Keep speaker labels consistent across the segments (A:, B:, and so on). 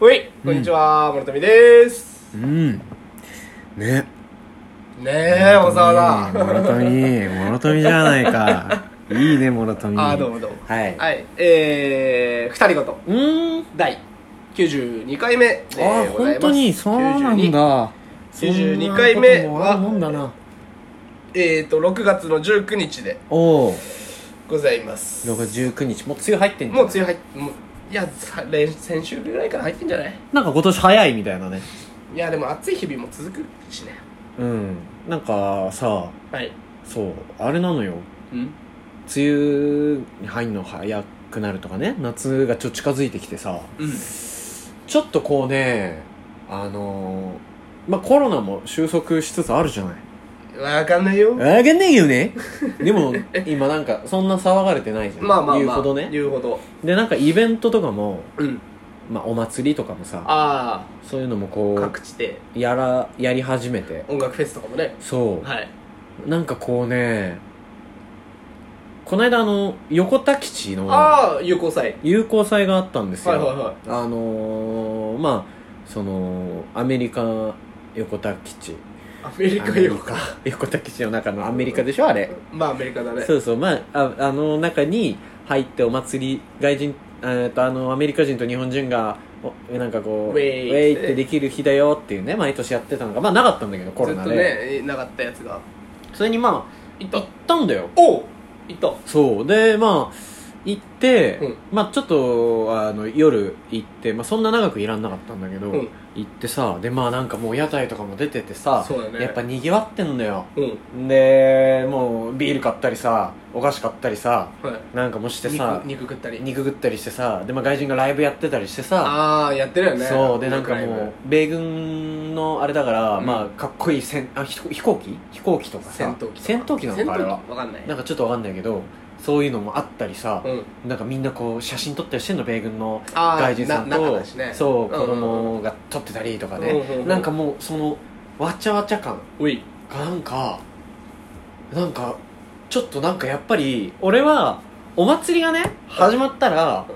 A: ほいこんにちは、諸富です
B: うんね
A: ねえ小沢
B: モ
A: だ
B: ロトミモロトミじゃないか いいねモロトミ
A: あどうもどうも
B: はい、
A: はいえー、二人ごと
B: うーん
A: 第92回目でございま
B: あ
A: す
B: 本当にそうなん
A: 92
B: だ
A: 92回目は
B: そんなこともあるもんだな
A: えーと6月の19日で
B: おお
A: ございます
B: 6月19日もう梅雨入ってんじゃ
A: も
B: ん
A: う梅雨入ってもういやさ連先週ぐらいから入ってんじゃない
B: なんか今年早いみたいなね
A: いやでも暑い日々も続くしね
B: うんなんかさ
A: はい
B: そうあれなのよ
A: うん
B: 梅雨に入るの早くなるとかね夏がちょっと近づいてきてさ
A: うん
B: ちょっとこうねあのー、まあコロナも収束しつつあるじゃない
A: わかんないよ
B: あげねえよねでも今なんかそんな騒がれてないじゃん
A: まあまあまあ
B: 言うほどね
A: 言うほど
B: でなんかイベントとかも、
A: うん
B: まあ、お祭りとかもさ
A: あ
B: そういうのも
A: あ
B: こ
A: 各地で
B: うやらやり始めて
A: 音楽フェスとかもね
B: そう、
A: はい
B: なんかこうねこの間あの横田基地の
A: ああ有効祭
B: 友好祭があったんですよ、
A: はいはいはい
B: あのー、まあそのアメリカ横田基地
A: アメリ
B: ア
A: カ
B: メリ
A: 有
B: カ横田基地の中のアメリカでしょあれ
A: まあアメリカだね
B: そうそうまあああの中に入ってお祭り外人えーとあのアメリカ人と日本人がおなんかこう
A: ウェイ
B: ウってできる日だよっていうね毎年やってたのがまあなかったんだけどコ
A: ず
B: ロ
A: っ
B: ナ
A: と
B: で、
A: ねなかったやつが
B: それにまあ行ったんだよ
A: おう行った
B: そうでまあ行って、
A: うん
B: まあちょっとあの夜行って、まあ、そんな長くいらんなかったんだけど、
A: うん
B: 行ってさでまあなんかもう屋台とかも出ててさ、
A: そうだね
B: やっぱにぎわってんのよ
A: うん
B: でもうビール買ったりさお菓子買ったりさ
A: はい
B: なんかもしてさ
A: 肉肉食ったり
B: 肉食ったりしてさで、まあ、外人がライブやってたりしてさ
A: ああやってるよね
B: そうでなんか
A: ライブ
B: もう米軍のあれだから、
A: うん
B: まあかっこいい戦あひ飛行機飛行機とかさ
A: 戦闘機
B: 戦闘機なのかあれ
A: 戦
B: は
A: 闘機わかんない
B: なんかちょっとわかんないけどそういうのもあったりさ、
A: うん
B: なんかみんなこう写真撮ったりしてんの米軍の
A: あー
B: 外人さん
A: な中
B: と
A: だしね
B: そう
A: うん
B: 子供が撮ってたりとかね、
A: うんうんうん
B: なんかもうそのわちゃわちゃ感
A: おい
B: がなんかなんかちょっとなんかやっぱり俺はお祭りがね始まったら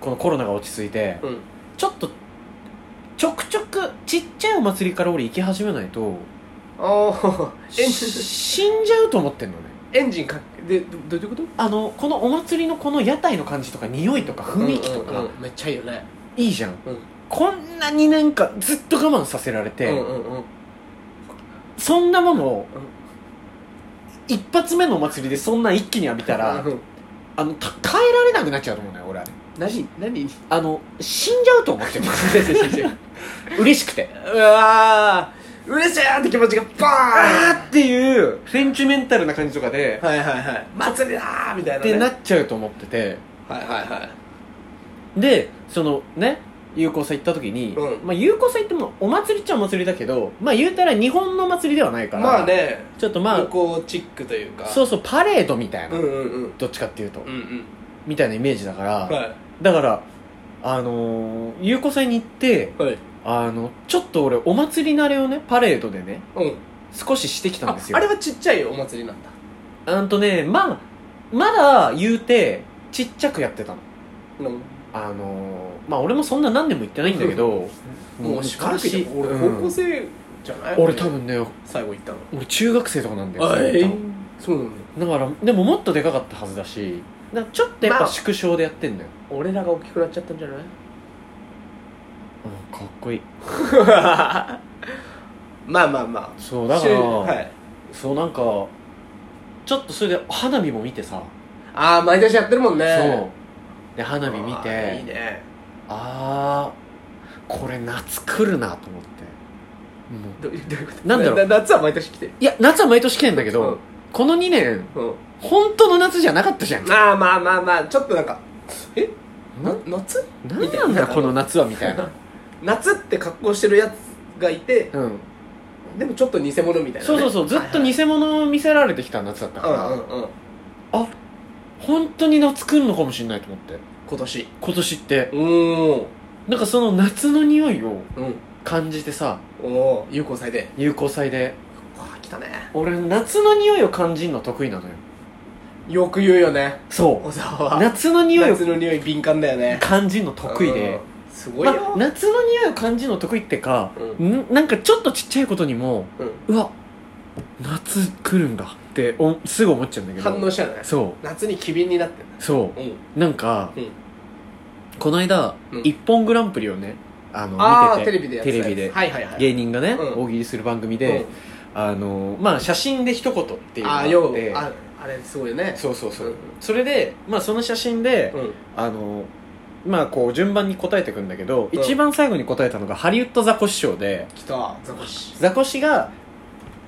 B: このコロナが落ち着いて
A: うん
B: ちょっとちょくちょくちっちゃいお祭りから俺行き始めないと
A: おおエン
B: し
A: ジ
B: 死んじゃうと思ってんのね
A: ンエンジンかでどどういうこと
B: あのこのお祭りのこの屋台の感じとか匂いとか雰囲気と
A: うん
B: か
A: うんうんめっちゃいいよね
B: いいじゃん
A: うん
B: こんな2年間ずっと我慢させられて、
A: うんうんうん
B: そんなものを
A: うん
B: 一発目のお祭りでそんな一気に浴びたら
A: うん
B: あのた耐えられなくなっちゃうと思うのよ俺
A: 何 何
B: あの死んじゃうと思 ってます嬉しくて
A: うわー嬉しいって気持ちがバ
B: あーっていうセンチメンタルな感じとかで
A: ーンはいはいはい祭りだーみたい
B: っ
A: なね
B: てなっちゃうと思ってて
A: はいはいはい
B: でそのね有効祭行った時に、
A: うん
B: まあ、有効祭ってもお祭りっちゃお祭りだけどまあ言うたら日本の祭りではないから
A: まあね
B: ちょっとま
A: まあ
B: あ
A: こうチックというか
B: そうそうパレードみたいな、
A: うんうんうん
B: どっちかっていうと、
A: うんうん
B: みたいなイメージだから、
A: は
B: だからあのー、有効祭に行って
A: いはい
B: あのちょっと俺お祭り慣れをねパレードでね
A: うん
B: 少ししてきたん
A: あ
B: ですよ
A: あれはちっちゃいお祭りなんだ
B: あんとねまあまだ言うてちっちゃくやってたの
A: うん
B: あのー、まあ俺もそんな何年も行ってないんだけど
A: もうしばらくいた俺
B: うん
A: 高校生じゃない
B: 俺多分ね
A: 最後行ったの
B: 俺中学生とかなんだよ
A: あえ
B: 多
A: い
B: 分
A: そうなんだ
B: だからでももっとでかかったはずだしだからちょっとやっぱ縮小でやってんだよ、
A: 俺らが大きくなっちゃったんじゃない
B: うんかっこいい
A: まあまあまあ
B: そうだから、
A: はい
B: そうなんかちょっとそれで花火も見てさ、
A: ああ毎年やってるもんね
B: そうで花火見
A: あー
B: て
A: いいね
B: あーこれ夏来るなと思って
A: ど
B: もう
A: どう いうこと
B: なんだろう
A: 夏は毎年来てる
B: いや夏は毎年来てんだけど、この2年
A: うん、うん
B: 本当の夏じゃなかったじゃん
A: まあまあまあまあちょっとなんかえな
B: な
A: 夏
B: 何なんだこの夏はみた いな、
A: 夏って格好してるやつがいて
B: うん、
A: でもちょっと偽物みたいな、ね、
B: そうそうそうずっと偽物を見せられてきた夏だったか
A: はい
B: ら、
A: はいうんうんうん
B: 本当に夏来るのかもしれないと思って
A: 今年
B: 今年って
A: うーん
B: なんかその夏の匂いを
A: うん
B: 感じてさ
A: おお有効祭で
B: 有効祭で
A: ああ来たね
B: 俺夏の匂いを感じるの得意なのよ
A: よく言うよね
B: そ
A: 小沢は
B: 夏の匂いを
A: 夏の匂い敏感だよね
B: 感じるの得意で
A: すごい
B: ま
A: よ
B: あ、、夏の匂いを感じるの得意ってか、、
A: うん
B: なんかちょっとちっちゃいことにも
A: うん
B: うわ夏来るんだっておすぐ思っちゃうんだけど
A: 反応しちゃうね
B: そ
A: 夏に機敏になってんだ
B: うそ
A: うん
B: うなんか、
A: うん
B: この間、
A: うん
B: 一本グランプリ」をねあの
A: ああ
B: 見
A: テレ
B: てて
A: ビでやってたやつ
B: テレビで
A: はいはいはい
B: 芸人がね、
A: うん
B: 大喜利する番組
A: うん
B: で、あのまあ写真で一言っていうのが
A: あ
B: あ
A: あ
B: っ
A: よ
B: て
A: ああれすごいよね
B: そうそうそう、
A: うん
B: それで、まあ、その写真で、
A: うん
B: あのまあこう順番に答えていくんだけど、
A: うん
B: 一番最後に答えたのがハリウッドザコシショウで
A: 来たザコシ
B: ザコシが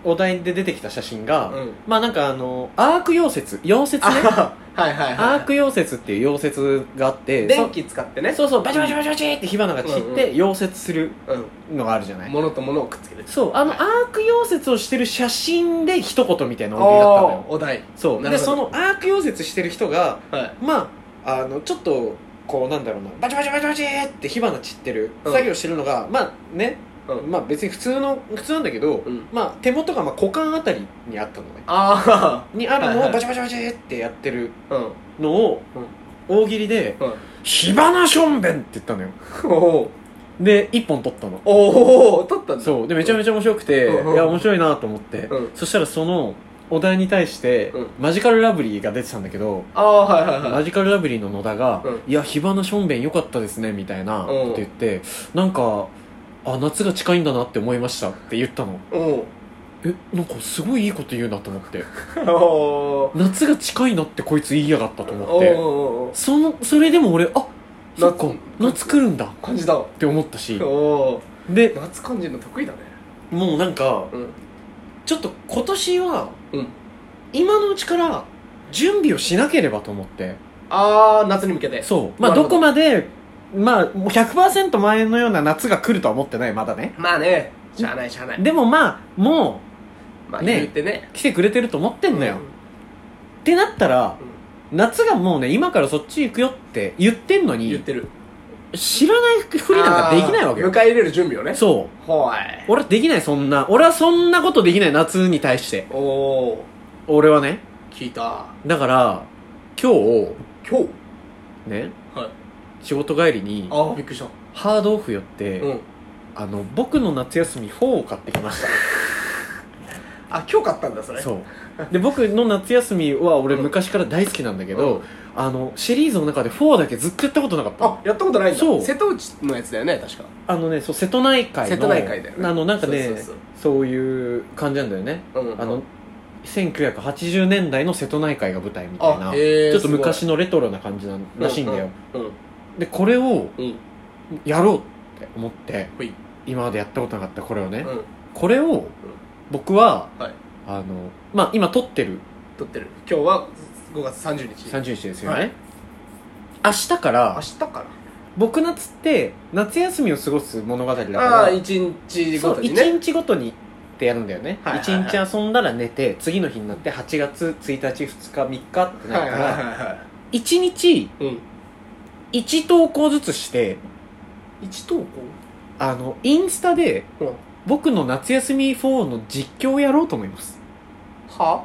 B: お題で出てきた写真
A: う
B: が、
A: ん
B: まあなんかあのアーク溶接溶接ね
A: あはいはい
B: ア
A: は
B: ーク溶接っていう溶接があって
A: い電気使ってね
B: そそうそうバチバチバチバチって火花が散っ
A: うんうん
B: て溶接する
A: う
B: のがあるじゃない、
A: ん物と物をくっつける
B: そうあの、
A: はい
B: アーク溶接をしてる写真で一言みたいな
A: お
B: 大喜利だったのよ
A: お題
B: そう
A: な
B: で
A: るほ
B: そ
A: ど
B: のアーク溶接してる人が
A: はい
B: まああのちょっとこうなんだろうなバチバチバチバチって火花散ってる
A: うん
B: 作業してるのが、まあね、
A: うん
B: まあ別に普通の普通なんだけど、
A: うん
B: まあ手元がまあ股間あたりにあったのね
A: あ
B: にある
A: はい
B: の
A: は
B: を
A: い
B: バチバチバチってやってる
A: あうん
B: のを大喜利で
A: うん
B: 「火花しょんべん」って言ったのよ
A: おー
B: で一本取ったの
A: おお取ったんだ
B: そうでめちゃめちゃ面白くて、
A: うんうん
B: いや面白いなと思って、
A: うん
B: そしたらそのお題に対して、
A: うん
B: マジカルラブリーが出てたんだけど、
A: ああはいはいは
B: マ
A: い
B: ジカルラブリーの野田が「
A: うん
B: いや火花しょんべん良かったですね」みたいなこと言って、なんかあ夏が近いんだなって思いましたって言ったの
A: お
B: えなんかすごいいいこと言うなと思って
A: ーおー
B: 夏が近いなってこいつ言いやがったと思っ
A: お
B: て
A: ー
B: そのそれでも俺あそっか夏来るんだっ
A: 感じだわ
B: て思ったし
A: おー
B: で
A: 夏感じるの得意だね
B: もうなんか
A: うん
B: ちょっと今年は
A: うん
B: 今のうちから準備をしなければと思って
A: ああ夏に向けて
B: そうまあ
A: なるほ
B: ど
A: ど
B: こまでまあもう100%前のような夏が来るとは思ってないまだね
A: まあねしゃあないしゃあない
B: でもまあも
A: まあ
B: ね
A: 言ってね
B: う来てくれてると思ってんのよ、ってなったら夏がもうね今からそっち行くよって言ってんの
A: 言っ
B: に
A: てる
B: 知らないふりなんかできないわけ
A: あー
B: よ
A: 迎え入れる準備をね
B: そう
A: ほい
B: 俺はできないそんな俺はそんなことできない夏に対して
A: おお
B: 俺はね
A: 聞いた
B: だから今日
A: 今日
B: ね
A: はい
B: 仕事帰りに
A: ああびっくりした
B: ハードオフ寄って、
A: うん
B: あの僕の夏休み4を買ってきました
A: あ今日買ったんだそれ
B: そうで僕の夏休みは俺
A: うん
B: 昔から大好きなんだけ
A: う
B: ど、
A: ん
B: あのシリーズの中で4だけずっとやったことなかった
A: あやったことないんだ
B: そう
A: 瀬戸内のやつだよね確か
B: あのねそう瀬戸内海の
A: 瀬戸内海だよね
B: あのなんか
A: そ
B: ねそうう
A: そうそう
B: いう感じなんだよね、
A: うん
B: あの1980年代の瀬戸内海が舞台みたいな
A: あ
B: ち
A: へえ
B: ょっと昔のレトロな感じなんらしいんだよ、
A: うんうん
B: でこれを
A: うん
B: やろうって思って
A: ほい
B: 今までやったことなかったこれをね、
A: うん
B: これを僕は、
A: はい
B: あのまあ今撮ってる
A: 撮ってる今日は5月30日
B: 30日ですよね、
A: はい
B: 明日から
A: 明日か
B: 僕夏って夏休みを過ごす物語だから
A: なああ1日ごとにね
B: そう1日ごとにってやるんだよね、
A: はいはい
B: 一
A: はい
B: 1日遊んだら寝て次の日になって8月1日2日3日ってな
A: は
B: る
A: い
B: か
A: はい
B: ら、
A: はいは
B: 1日
A: いうん
B: 1投稿ずつして
A: 1投稿
B: あのインスタで
A: うん
B: 僕の夏休み4の実況をやろうと思います
A: は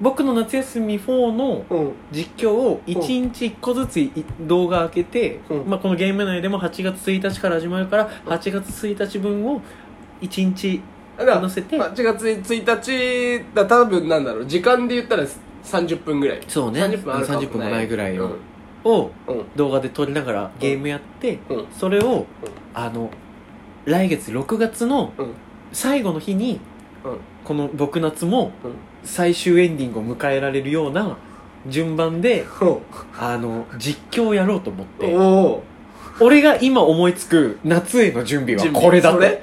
B: 僕の夏休み4の
A: うん
B: 実況を1日1個ずつい動画開けて、
A: うん
B: まあ、このゲーム内でも8月1日から始まるから8月1日分を1日
A: だから
B: 載せて
A: 8月1日だ多分なんだろう時間で言ったら30分ぐらい
B: そうね
A: 30分あるかも
B: 30分もないぐらい
A: うん
B: を,、を
A: うん
B: 動画で撮りながらゲームやって、
A: うん
B: それを、あの来月6月の
A: うん
B: 最後の日に、
A: うん
B: この「僕夏」も
A: うん
B: 最終エンディングを迎えられるような順番 で
A: お
B: あの実況をやろうと思って
A: お
B: 俺が今思いつく夏への準備はこれだ
A: そ
B: と
A: れ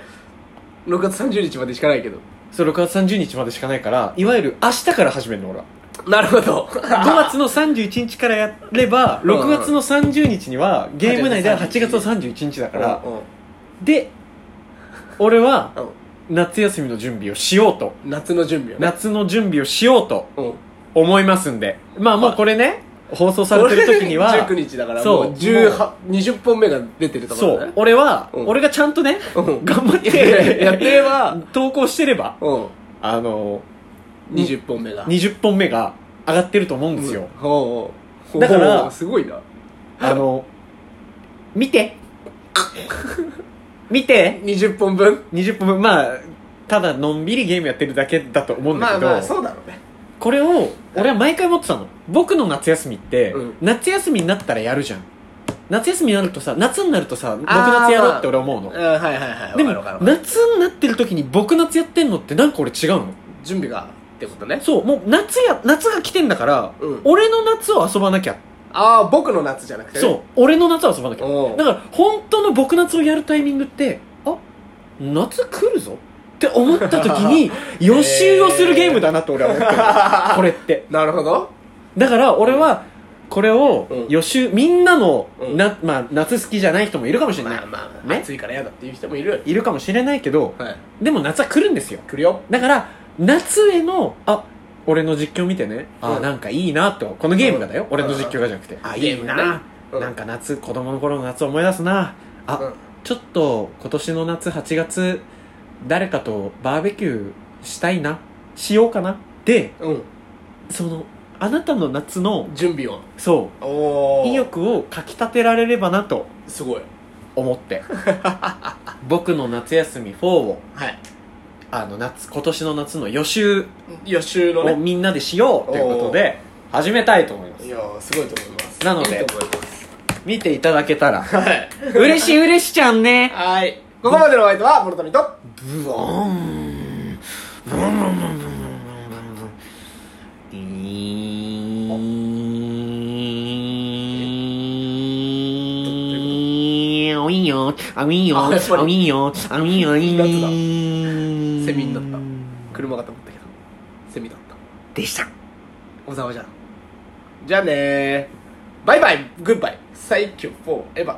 A: 6月30日までしかないけど
B: そう6月30日までしかないからいわゆる明日から始めるの 俺は
A: なるほど
B: 5月の31日からやれば
A: うんうん
B: 6月の30日にはゲーム内では8月の31日だから
A: うんうん
B: で俺は
A: うん
B: 夏休みの準備をしようと
A: 夏の準備をね
B: 夏の準備をしようと
A: うん
B: 思いますんでまあもうこれね放送されてる時 には
A: 19日だから
B: そう
A: もう18 20本目が出てるとこ
B: そ
A: ろだ
B: う
A: ね
B: 俺は
A: うん
B: 俺がちゃん とね
A: うん
B: 頑張っ
A: いやいやい
B: て
A: ややってれば
B: 投稿してれば
A: うん
B: あの
A: 20本目が
B: 20本目が上がってると思うんですよ、
A: うんおうおう
B: だから
A: おうすごいな
B: あの見て見て
A: 20本分
B: 20分まあただのんびりゲームやってるだけだと思うん
A: ま
B: だけ
A: あ
B: ど、
A: まあそうだろうね
B: これを俺は毎回持ってたの僕の夏休みって、
A: うん
B: 夏休みになったらやるじゃん夏休みになるとさ夏になるとさ僕
A: あー
B: 夏やろうって俺思うの、
A: うんはいはいはい
B: で
A: わ
B: も
A: かるわかる
B: 夏になってる時に僕夏やってんのってなんか俺違うの
A: 準備がってことね
B: そうもう夏や夏が来てんだから、
A: うん
B: 俺の夏を遊ばなきゃ、
A: ああ僕の夏じゃなくてね
B: そう俺の夏を遊ばなきゃ
A: おう
B: だから本当の僕夏をやるタイミングってあ夏来るぞって思った時 に予習をするゲームだなって俺は思ってる、これって
A: なるほど
B: だから俺はこれを
A: うん
B: 予習、みんなの、
A: うん
B: なまあ、夏好きじゃない人もいるかもしれない、
A: まあまあ、
B: ね
A: 暑いから嫌だっていう人もいる
B: いるかもしれないけど
A: はい
B: でも夏は来るんですよ
A: 来るよ
B: だから夏へのあ俺の実況見てねあ、
A: うん
B: なんかいいなとこのゲームがだよ、
A: うん
B: 俺の実況がじゃなくて、
A: ん
B: あ
A: うん
B: いいな、
A: うん
B: なんか夏子供の頃の夏を思い出すなあ、
A: うん
B: ちょっと今年の夏8月誰かとバーベキューしたいなしようかなで
A: うん
B: そのあなたの夏の
A: 準備を
B: そう
A: お
B: 意欲をかきたてられればなと
A: すごい
B: 思って 僕の夏休み4を
A: はい
B: あの夏今年の夏の予習
A: 予習の
B: を
A: ね
B: みんなでしようということで始めたいと思いま
A: い
B: す
A: やーすごいと思います
B: なので
A: いいと思います
B: 見ていただけたら
A: はい
B: 嬉しい嬉しちゃんね
A: はいここまでのお相手はモルトミと
B: ブオンブオンブオンブオンブオンブオンブオンブオンうーんおいよあういよあういよあうい よ
A: セミになった車かと思ったけどセミだった
B: でした
A: 小沢じゃんじゃあねーバイバイグッバイサイキューフォーエヴァ